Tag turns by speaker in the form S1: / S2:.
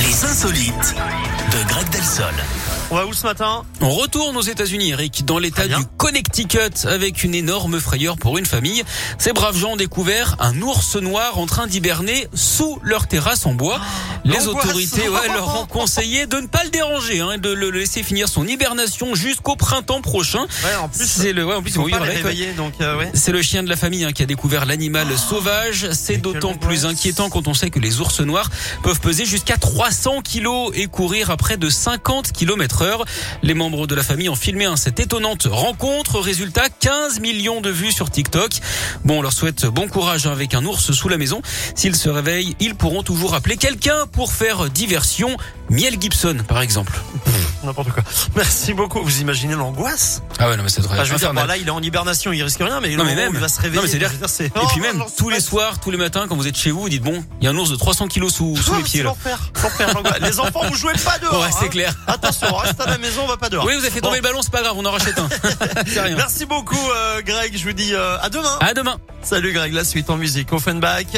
S1: insolites de Greg Delsol.
S2: On va où ce matin
S3: On retourne aux États-Unis, Eric, dans l'état
S2: Très bien.
S3: du Connecticut, avec une énorme frayeur pour une famille. Ces braves gens ont découvert un ours noir en train d'hiberner sous leur terrasse en bois. Les
S2: Ah, l'angoisse.
S3: autorités ouais, leur ont conseillé de ne pas le déranger, hein, de le laisser finir son hibernation jusqu'au printemps prochain.
S2: Ouais, en plus,
S3: C'est le, ouais, en plus,
S2: faut
S3: oui,
S2: pas
S3: vrai,
S2: les
S3: quoi.
S2: réveiller, donc euh, ouais.
S3: C'est le chien de la famille hein, qui a découvert l'animal sauvage. C'est
S2: Ah, quelle
S3: d'autant plus
S2: angoisse.
S3: inquiétant quand on sait que les ours noirs peuvent peser jusqu'à 300 kilos et courir à près de 50 km heure. Les membres de la famille ont filmé hein, cette étonnante rencontre. Résultat, 15 millions de vues sur TikTok. Bon, on leur souhaite bon courage hein, avec un ours sous la maison. S'ils se réveillent, ils pourront toujours appeler quelqu'un pour faire diversion. Miel Gibson, par exemple.
S2: N'importe quoi. Merci beaucoup. Vous imaginez l'angoisse
S3: Ah ouais, non, mais ça devrait
S2: Enfin, Je veux dire, bon, là, il est en hibernation, il risque rien, mais, le
S3: Non, mais
S2: moment
S3: même.
S2: où il va se réveiller.
S3: Non, mais c'est-à-dire-
S2: je veux dire, c'est-
S3: Et puis
S2: Oh,
S3: même,
S2: non,
S3: tous les
S2: c'est-
S3: soirs, tous les matins, quand vous êtes chez vous, vous dites bon, il y a un ours de 300 kilos sous, sous
S2: Ah,
S3: les pieds
S2: c'est
S3: là.
S2: l'enfer, l'enfer, l'angoisse. Les enfants, vous jouez pas dehors.
S3: Ouais, c'est
S2: hein.
S3: clair.
S2: Attention, reste à la maison, on va pas dehors.
S3: Oui, vous avez fait tomber le ballon, c'est pas grave, on en rachète un. c'est rien. Ah.
S2: Merci beaucoup, euh, Greg. Je vous dis euh, à demain.
S3: À demain.
S2: Salut, Greg. La suite en musique. Offenbach.